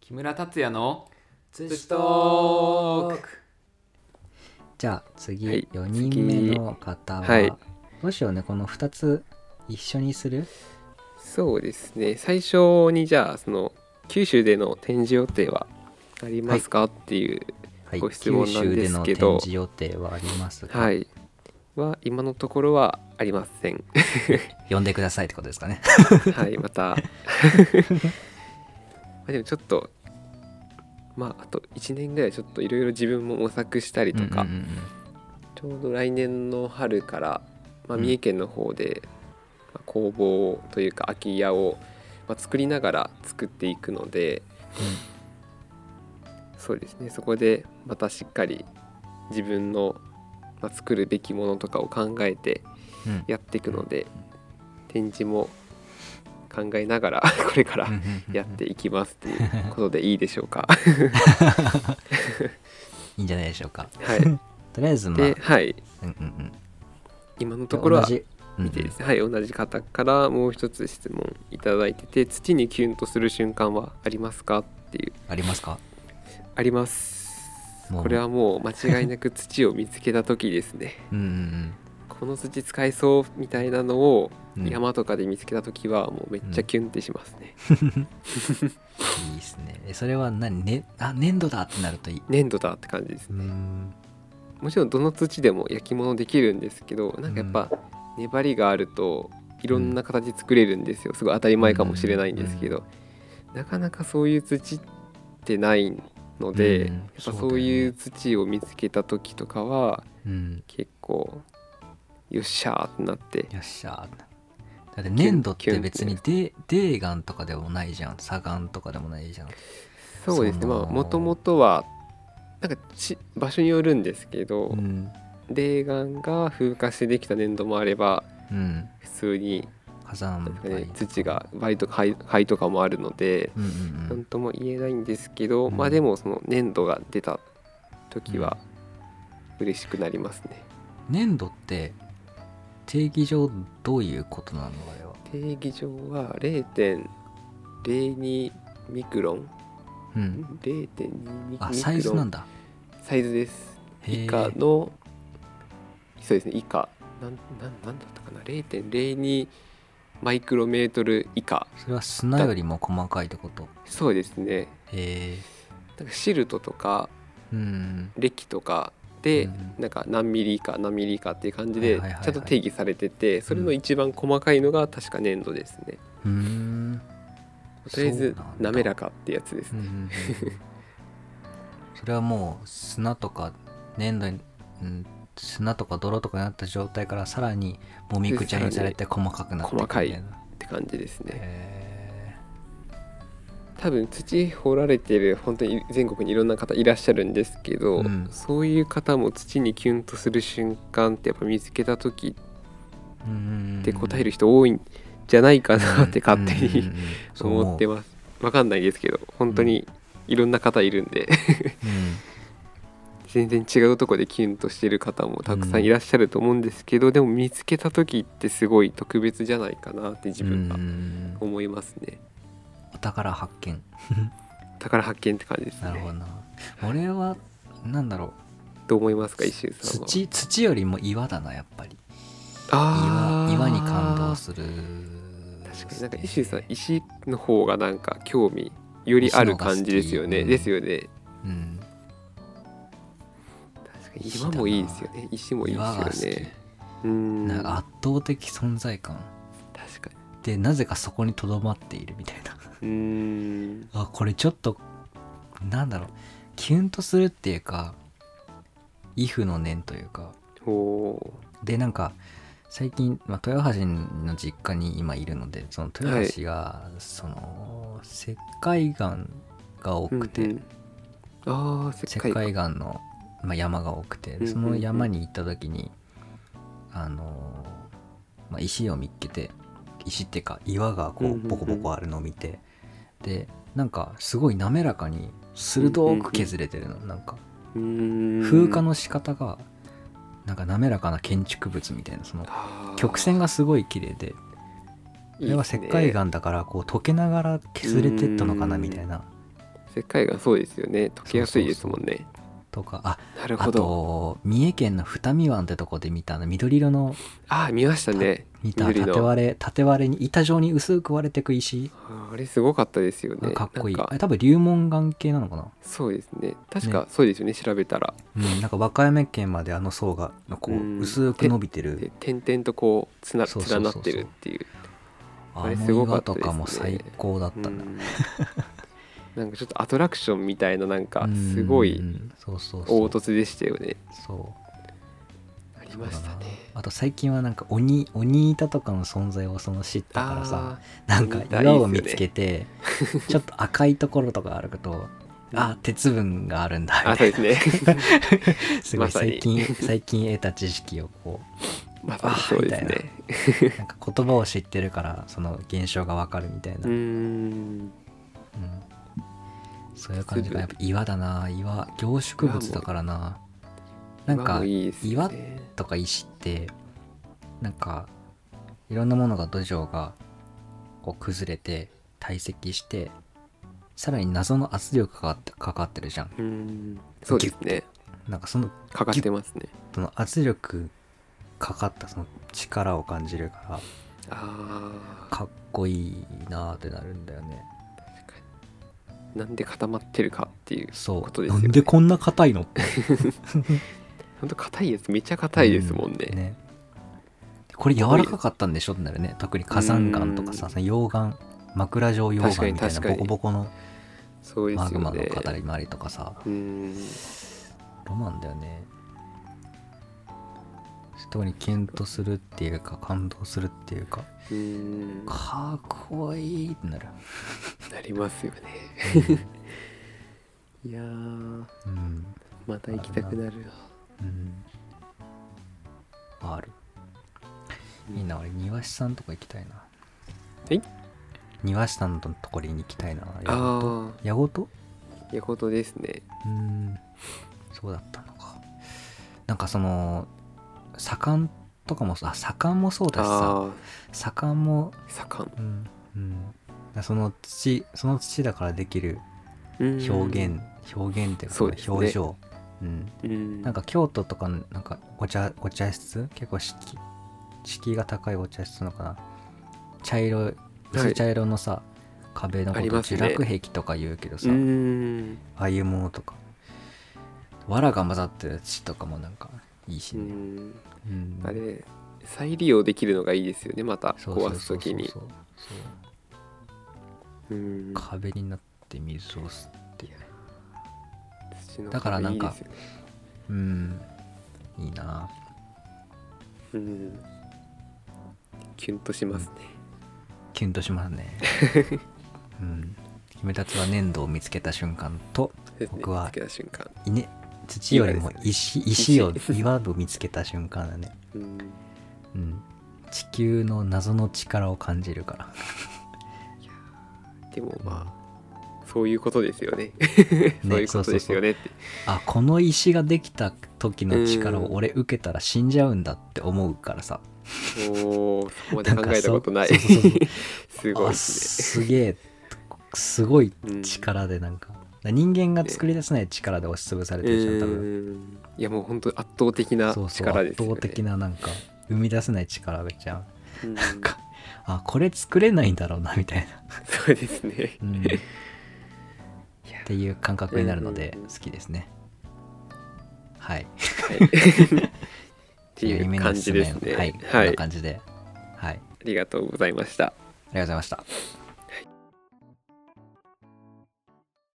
木村達也のツツチトークじゃあ次、はい4人目の方は、次はいどうしようねこの2つ一緒にするそうですね最初にじゃあその九州での展示予定はありますか、っていうはいご質問なんですけど九州での展示予定はありますが、はいは今のところはありま せん呼んでくださいってことですかねはいまた まあでもちょっとまああと1年ぐらいちょっといろいろ自分も模索したりとか、うんうんうんちょうど来年の春から、まあ、うん三重県の方で、まあ工房というか空き家を、まあ、作りながら作っていくので、そうですねそこでまたしっかり自分の、まあ、作るべきものとかを考えてうんうんやっていくので展示も考えながら これからうんうんうんうんやっていきますということでいいでしょう か。いいんじゃないでしょうかはい、とりあえずまあ、で、はい、うんうんうん、今のところは同じ見てですねはい同じ方からもう一つ質問いただいてて土にキュンとする瞬間はありますかっていうありますかありますもうこれはもう間違いなく土を見つけた時ですね うんうんこの土使えそうみたいなのをうんうん山とかで見つけた時はもうめっちゃキュンってしますね、いいですねえそれは何ねあ粘土だってなるといい粘土だって感じですうねんもちろんどの土でも焼き物できるんですけどなんかやっぱ粘りがあるといろんな形作れるんですよすごい当たり前かもしれないんですけど、なかなかそういう土ってないので、うんやっぱそうだよねそういう土を見つけた時とかはうん結構よっしゃーってなってよっしゃーだって粘土っキュンてキュン別にデーガンとかでもないじゃん砂岩とかでもないじゃんそうですねそうなまのあもともとはなんかち場所によるんですけど、うん泥岩が風化してできた粘土もあればうん普通に火山なんかね灰土が灰とか灰灰とかもあるのでうんうんう何んとも言えないんですけど、うんまあでもその粘土が出た時は嬉しくなりますね。粘土って定義上どういうことなのあれは定義上は0.02ミクロンうん0.2ミクロンあサイズなんだサイズですへえ以下のそうですね以下なんなんなんだったかな0.02マイクロメートル以下それは砂よりも細かいってことそうですねへえなんかシルトとかうんレキとかで、うんなんか何ミリ以下何ミリ以下っていう感じではちいはいはいはいゃんと定義されてて、それの一番細かいのが確か粘土ですね、うーんとりあえそうずなんだ滑らかってやつですうんうね、んうんうんそれはもう砂とか粘土に、うん、砂とか泥とかになった状態からさらにもみくちゃにされて細かくなっていくみた細なって感じですね、へ多分土掘られてる本当に全国にいろんな方いらっしゃるんですけど、うんそういう方も土にキュンとする瞬間ってやっぱ見つけた時ーうんうんうんって答える人多いんじゃないかなって勝手うんうんにうんうんそう思う思ってますわかんないですけど本当にいろんな方いるんでうん全然違うとこでキュンとしてる方もたくさんいらっしゃると思うんですけど、でも見つけた時ってすごい特別じゃないかなって自分がうんうんうん思いますねお宝発見宝発見って感じですなるほどねな俺はなんだろうどう思いますか石井さんは土土よりも岩だなやっぱりあ岩ー岩に感動する確かになんか石井さん石の方がなんか興味よりある感じですよね、石の方が好きですよねうん確かに岩もいいですよね石もいい岩でが好すきよねうんなんか圧倒的存在感確かにでなぜかそこにとどまっているみたいな うーんあこれちょっとなんだろうキュンとするっていうかイフの念というかおでなんか最近、まあ、豊橋の実家に今いるのでその豊橋が、その石灰岩が多くて、うんうん、ああ石石灰灰岩の、まあ、山が多くて、うんうんその山に行った時にあのーまあ、石を見っけて石っていうか岩がこうんううんうんボコボコあるのを見て、でなんかすごい滑らかに鋭く削れてるの、なんかうーん風化の仕方がなんか滑らかな建築物みたいなそのあー曲線がすごい綺麗でこれは石灰いい岩だからこう溶けながら削れてったのかなみたいな石灰岩そうですよね溶けやすいですもんねとかあなるあほどと三重県の二見湾ってとこで見たあの緑色のああ見ましたね見た緑の縦割れ縦割れに板状に薄く割れてく石ああれすごかったですよがねかっこいいなんあれ多分流紋岩系なのかなそうですね確かそうですよね調べたらうん、なんか和歌山県まであの層がこうんう薄く伸びてるで点々とこうつなそうそうそう連そなうってるっていうああれすのご映か画ったとですねかも最高だっうたんだんなんかちょっとアトラクションみたいななんかうんすごいそうそうそ凹う凸でしたよねそうありましたねあと最近はなんか鬼鬼板とかの存在をその知ったからさあなんか鬼板いいっすよね岩を見つけてちょっと赤いところとかあるとあ鉄分があるんだーあみたそいでうすねな すごいまさに最近最近得た知識をこまさにそうですねうなんか言葉を知ってるからその現象がわかるみたいうな、ーうんんそういう感じがやっぱ岩だな岩凝縮物だからななん今かもいいですね岩とか石ってなんかいろんなものが土壌がこう崩れて堆積してさらに謎の圧力がかかってかかってるじゃんうーんそうですねなんかそのかかってますねその圧力かかったその力を感じるかあらかっこいいなーってなるんだよねーなんで固まってるかっていうそうことですなよねんでこんな硬いのってほんと硬いやつめっちゃ硬いですもんね,、うんこれ柔らかかったんでしょってなるね特に火山岩とかさうんその溶岩枕状溶岩みた確いなかに確かにボコボコのそうでマすグよマのね語り回りとかさうーんロマンだよね人にキュンとするっていうか感動するっていうかうーんかっこいいってなる、なりますよね いやーうんまた行きたくなるなうん、あるいいな俺庭師さんとか行きたいなえ庭師さんのところに行きたいなやごとあやごとあいやことですねうーんそうだったのかなんかその左官とかもあ左官もそうだしさあ左官もあ盛うんうん、その土その土だからできるんうん表現、表現っていうかそうですね表情、うん、うんなんか京都とかのなんかお茶お茶室結構敷敷居が高いお茶室なのかな茶色い薄茶色のさ、壁のこありとます樹ね落壁とか言うけどさうーんああいうものとか藁が混ざってる土とかもなんかいいしうね、んうんあれ再利用できるのがいいですよねまたそうそ壊すうそうそ時うにそううん壁になって水を吸って土のだからなんか壁いいですよねうんいいなうんキュンとしますねキュンとします ねうん君たちは粘土を見つけた瞬間と僕は見つけた瞬間稲土よりも石石を岩を見つけた瞬間だね、うんうん、地球の謎の力を感じるからでもまあそういうことですよね そういうことですよねってあこの石ができた時の力を俺受けたら死んじゃうんだって思うからさおおそこまで考えたことないんかそうそうそうそう すごいあですねすげえすごい力でなんか、人間が作り出せない力で押しつぶされてるじゃん多分、うんいやもう本当圧倒的なそうそう力圧ですよね倒的ななんか生み出せない力がじゃんうんかあこれ作れないんだろうなみたいな、そうですねうん っていう感覚になるのでうんうん好きですね、はい っていう 感じですねはい、こんな感じではいあありがとうございましたりがとうございました